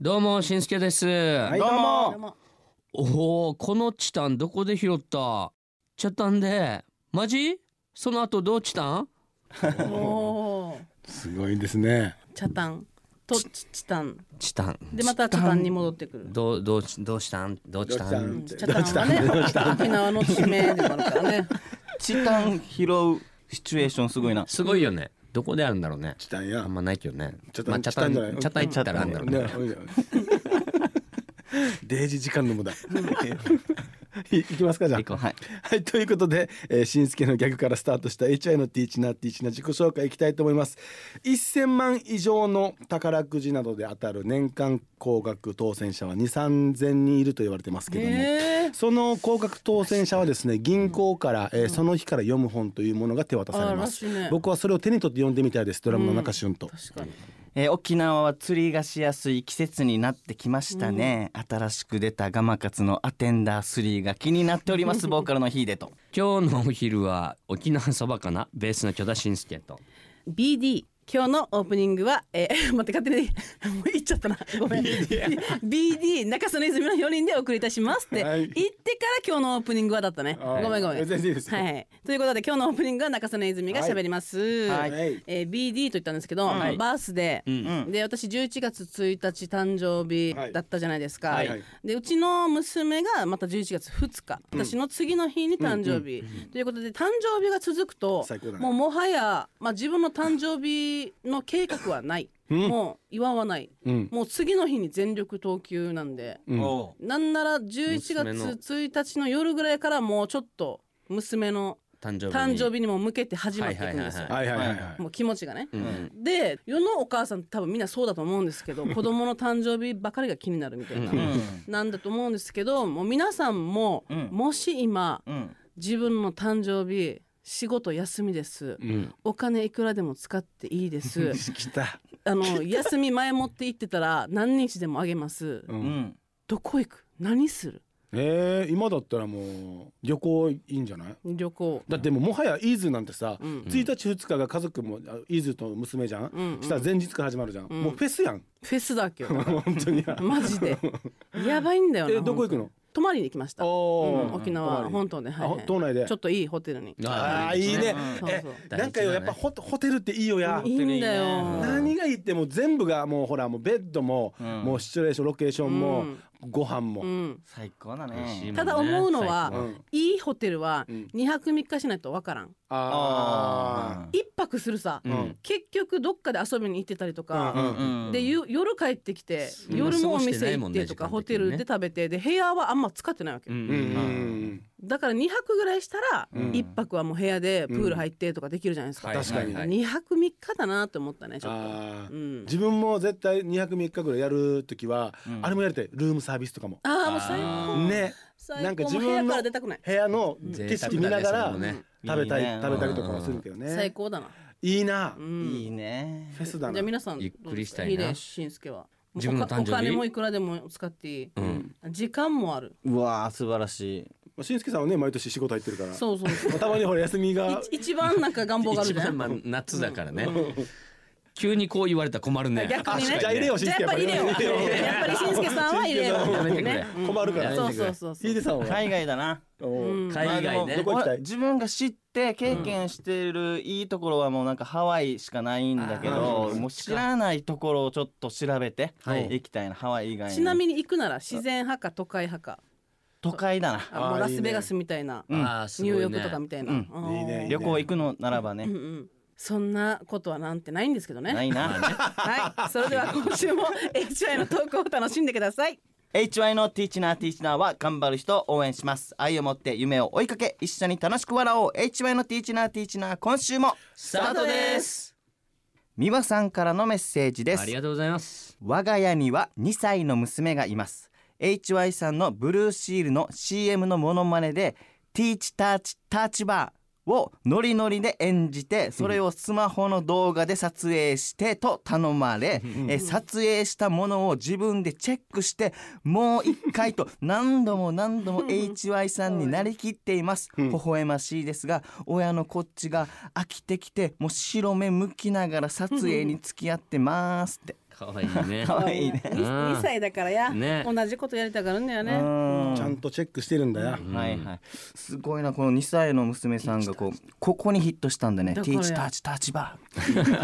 どうもしんすけです、はいどうもどうもおおこのチタンどこで拾ったチャタンでマジその後どうチタンおーすごいですね。チャタンとチチタンチタンでまたチャタンに戻ってくるどうどうちどうしたんどうチタどううンんチャタンはね沖縄の地名でもあるからねチタン拾うシチュエーションすごい な。すごいよねどこであるんだろうねチタンやあんまないけどねチャタンまあチャタンチチタンじゃなャタン行ったらいあんだろうねね、 デイジ時間の無駄。 いいきますかじゃあ行こうはいはいということで、えー、しんすけのギャグからスタートした HI のティーチナーティーチナー自己紹介いきたいと思います1000万以上の宝くじなどで当たる年間高額当選者は2 3 0人いると言われてますけども、えーその高額当選者はですね銀行から、えーその日から読む本というものが手渡されあらましす、いね僕はそれを手に取って読んでみたいですドラムの中旬と、確かにえー沖縄は釣りがしやすい季節になってきましたね。新しく出たガマカツのアテンダー3が気になっております。ボーカルのヒーデと。今日のお昼は沖縄そばかなベースの巨田しんすけと BD 今日のオープニングは、えー、 待って勝手にもう言っちゃったなごめん BD 中曽根泉の4人でお送りいたしますっては言っいてから今日のオープニングはだったね、はいごめんごめん全然いいですよはいはい、ということで今日のオープニングは中曽根泉が喋ります、はいはいえー BD と言ったんですけど、はいバースデー、うんで私11月1日誕生日だったじゃないですか、はいはいでうちの娘がまた11月2日私の次の日に誕生日、ということで誕生日が続くと最高だねもうもはや、まあ、自分の誕生日の計画はない、もう祝わない、うんもう次の日に全力投球なんで、うんおなんなら11娘の月1日の夜ぐらいからもうちょっと娘の誕生日誕生日日にも向けて始まっていくんですよ、はいはいはいはいはいはいはいはいもう気持ちがね。うんで世のお母さん多分みんなそうだと思うんですけど子供の誕生日ばかりが気になるみたいな、ううん。なんだと思うんですけどもう皆さんも、うんもし今うん。自分の誕生日仕事休みです、うんお金いくらでも使っていいです来た、 あの休み前もって行ってたら何日でもあげますううんん。どこ行く何するえー、今だったらもう旅行いいんじゃない旅行だってもうもはやイーズなんてさ、うん1日2日が家族もあイーズと娘じゃん、うんうんしたら前日から始まるじゃん、んもうフェスやんフェスだっけ本当に マ ジでやばいんだよなえどこ行くの泊まりに来ました、うんおー沖泊ま縄り本島で、はいあはい島内でちょっといいホテルにああいいね、うんえそうそうなんかよやっぱホホテルっていいよやいいんだようん何がいいってもう全部がもうほらもうベッドも、んもうシチュエーションロケーションも、うんご飯も、うん、最高だ美味しいねもん。ただ思うのは最高うんいいホテルはうん2泊3日しないとわからん、あ一泊するさ、ん結局どっかで遊びに行ってたりとうんか、うんうんでゆ夜帰ってきてん夜もお過ごしてない店行もっんねてとか、時間的にねホテルで食べてで部屋はあんま使ってないわけ、うんーうんうんだから2泊ぐらいしたらうん1泊はもう部屋でプール入ってとかできるじゃないですか、はい確かに、はい2泊3日だなって思ったねちょっと。あーうん自分も絶対2泊3日ぐらいやるときは、うんあれもやりたいルームサービスとかも、ああもう最高ね最なんか高も自う分部の屋から出たくない、部屋の景色見ながら、贅沢だね食べたいいいね食べたりとかもするけどね、最高だな、いいな、うフん、いいね。ェスだじなゃあ皆さんゆっくりしたいなどうですかヒデしんすけは自分の誕生日お金もいくらでも使っていい、うん時間もあるうわー素晴らしい。まあ俊介さんはね毎年仕事入ってるからそうそう そうまあたまにほら休みがい一番なんか願望がある一じゃん番まあ夏だからね急にこう言われたら困るね逆にねあじゃあ入れよじゃあやっぱ入れようやっぱりしんすけさんは入れよしんすけさやんめてくれうねうん困るからやそうめてくそれうそうそうヒデさんは海外だな。おううん海外ねどこ行きたいまあでも自分が知って経験してるいいところはもうなんかハワイしかないんだけど、うんもう知らないところをちょっと調べてはい行きたいな、ハワイ以外にちなみに行くなら自然派か都会派か都会だなあもうあーラスベガスみたいなうんあーすごニいュねーヨークとかみたいな、うんあーいいね旅行行くのならばね、うんうんそんなことはなんてないんですけどねないなはいそれでは今週も HI のトークを楽しんでください HY のティーチナーティーチナーは頑張る人を応援します愛を持って夢を追いかけ一緒に楽しく笑おう HY のティーチナーティーチナー今週もスタートです美和さんからのメッセージですありがとうございます我が家には2歳の娘がいます HY さんのブルーシールの CM のモノマネで「ティーチターチターチバー」をノリノリで演じてそれをスマホの動画で撮影してと頼まれえ撮影したものを自分でチェックしてもう一回と何度も何度も HY さんになりきっています微笑ましいですが親のこっちが飽きてきてもう白目向きながら撮影に付き合ってますってかわいいね可愛いねうん2歳だからや、ね同じことやりたがるんだよね。うんちゃんとチェックしてるんだよ、はいはい、すごいなこの2歳の娘さんがこうここにヒットしたんだね「テだィからやーチターチターチバ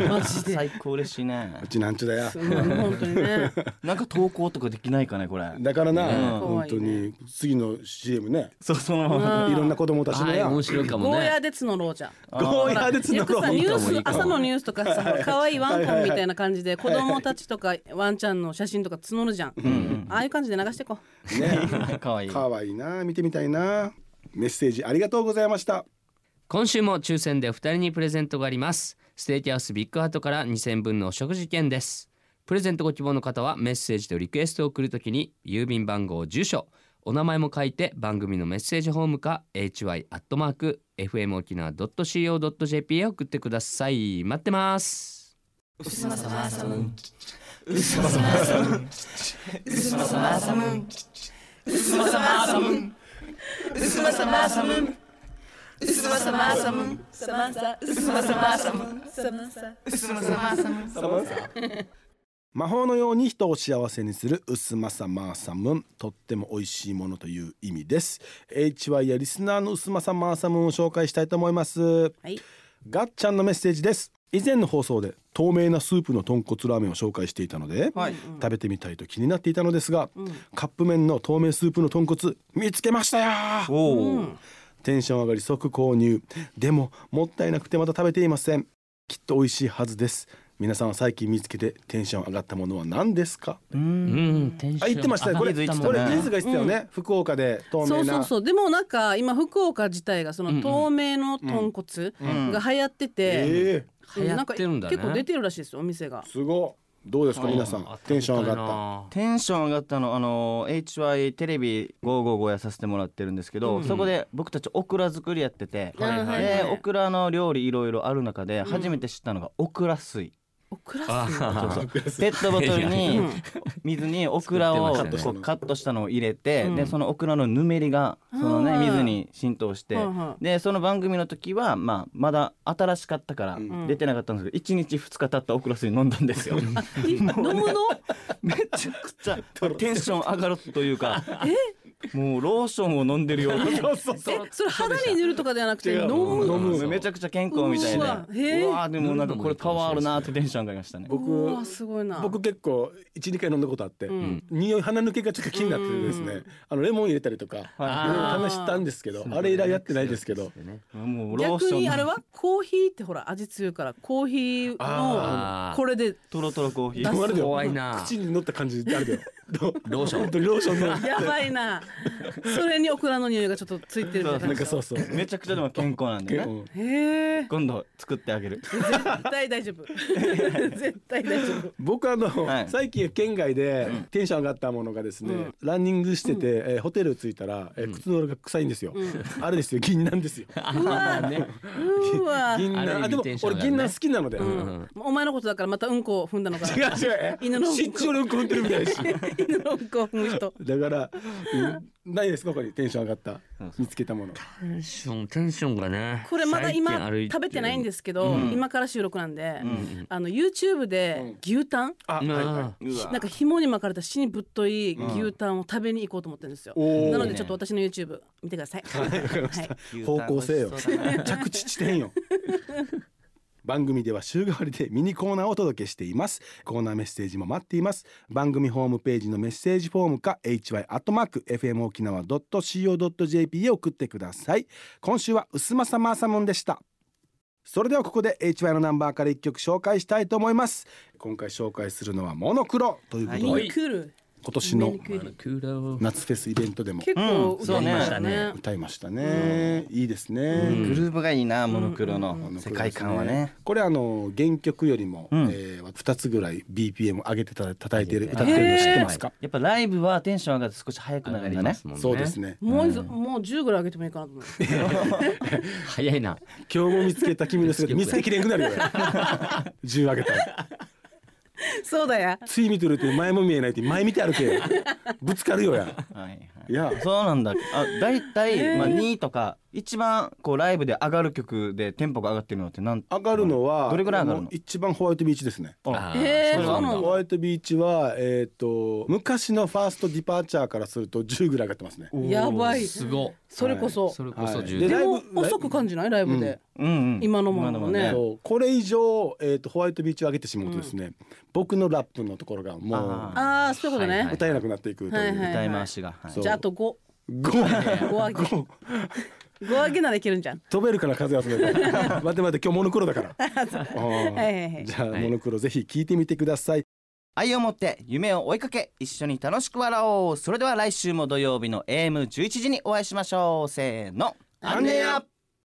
マジー」で。最高嬉しいねうちなんちゅだよそう本当にね。なんか投稿とかできないかねこれだからな、うん本当に次の CM ねそうそのままうん いろんな子供たちのはいや、面白いかもゴーヤねーで角ろうじゃん。ゴーヤーでつなよくろさうニュースいいかも朝のニュースとかさほら可愛いワンコンみたいな感じで子供たちとかワンちゃんの写真とか募るじゃん、ああいう感じで流してこうね可愛い可愛いな見てみたいなメッセージありがとうございました今週も抽選で2人にプレゼントがありますステーキハウスビッグハートから2000分のお食事券ですプレゼントご希望の方はメッセージとリクエストを送るときに郵便番号住所お名前も書いて番組のメッセージホームか hy.fmokinawa.co.jp へ送ってください待ってます魔法のように人を幸せにするうすまさまーさむんとっても美味しいものという意味です HY やリスナーのうすまさまーさむんを紹介したいと思いますはいガッちゃんのメッセージです以前の放送で透明なスープの豚骨ラーメンを紹介していたので、はい食べてみたいと気になっていたのですが、カップ麺の透明スープの豚骨見つけましたよーおお、テンション上がり即購入でももったいなくてまだ食べていませんきっと美味しいはずです皆さんは最近見つけてテンション上がったものは何ですかうん、テンションあ言ってましたねこれ上がったもんこれねリズが言ってたよね、福岡で透そ明うそなうそうでもなんか今福岡自体がそうんうんの透明の豚骨んが流行ってて、え流行ってるんだねなか結構出てるらしいですよお店がえすごいどうですか皆さんテンション上がっがっテンション上がったのあの HY テレビ555やさせてもらってるんですけど、そこで僕たちオクラ作りやってて、はいはいはいでオクラの料理いろいろある中で初めて知ったのがオクラ水、オクラたスあペットボトルいに水にオクラを作ってましたねこうカットしたのを入れて、うんでそのオクラのぬめりがそのねはい水に浸透して、はいはいでその番組の時は、まあ、まだ新しかったから出てなかったんですけど、1日2日経ったオクラ水飲んだんですよ。飲むの めちゃくちゃテンション上がるというかもうローションを飲んでるようなえそれ肌に塗るとかではなくて違飲うむ飲むうんめちゃくちゃ健康みたいうでうわへえわでもなんかこれパワーあるなってテンション上がりましたね僕うわすごいなた僕結構12回飲んだことあって、ん匂い鼻抜けがちょっと気になっててですね、あのレモン入れたりとか、あ試したんですけどあれ以来やってないですけどもうロー逆シにあれョンはコーヒーってほら味強いからコーヒーあのーこれでトロトロコーヒ飲ーまれるよ怖いな口に乗った感じであるよ ローション本当にロー ションのやばいなそれにオクラの匂いがちょっとついてるみたいななんかそうそう、めちゃくちゃでも健康な んでねうんへえ今度作ってあげる絶対大丈夫絶対大丈夫僕あの、はい最近県外でテンション上がったものがですね、ランニングしてて、えーホテル着いたら、えー靴の裏が臭いんですよ、あれですよ銀 杏ですようわねうわ銀ある意味杏あでもテンション上俺がるね銀杏好きなので、 んお前のことだからまたうんこを踏んだのか違なう違うえ犬の湿地俺うんこ踏んでるみたいだし 犬のうんこを踏む人だから、うんないですか他にテンション上がった見つけたものテンションテンションがねこれまだ今食べてないんでですけど、今から収録なんで、あの YouTube で牛タン、あ、はいはうわなんか紐に巻かれた死にぶっとい牛タンを食べに行こうと思ってるんですよ、おーなのでちょっと私の YouTube 見てください、はいい、方向性よ牛タン美味しそうだな着地地点よ番組では週替わりでミニコーナーをお届けしていますコーナーメッセージも待っています番組ホームページのメッセージフォームか hy.fm 沖縄 .co.jp へ送ってください今週は薄まさまさもんでしたそれではここで HY のナンバーから一曲紹介したいと思います今回紹介するのはモノクロということで、ミはいニクール今年のミニクールクーラーを夏フェスイベントでも結構うん歌いましたね,、そ歌いましたね、いいですね、グルーヴがいいなモノクロの世界観はねこれあの原曲よりも、んえー、2つぐらい BPM 上げてた叩いてる歌ってるの知ってますかやっぱライブはテンション上がって少し早くなるんだねもんねそうですねもう一度もう10ぐらい上げてもいいかなと思って早いな今日も見つけた君の姿見つけきれんくなるよ 10上げたらそうだよつい見てるって前も見えないって前見て歩けよぶつかるよやはいはいいやそうなんだ。あ、だいたい、まあ、二とか一番こうライブで上がる曲でテンポが上がってるのってなん上がるのはどれぐらい上がるのもう一番ホワイトビーチですねあへーそうなんだそうホワイトビーチはえっ、と昔のファーストディパーチャーからすると10ぐらい上がってますねやばいすごっそれこそそれこそはい十で分でライもブ遅く感じないライブでうんうん今のものもねそうこれ以上、えー、とホワイトビーチを上げてしまうとですね、僕のラップのところがもあああそういうことはいはねう歌えなくなっていくという、はいはい歌い回しが、はいそうじゃああと5 5 5上げ5上げならいけるんじゃん飛べるから風集めて待って待って今日モノクロだから うんはいはいはいじゃあはいモノクロぜひ聞いてみてください愛を持って夢を追いかけ一緒に楽しく笑おうそれでは来週も土曜日の AM11 時にお会いしましょうせーのアンネア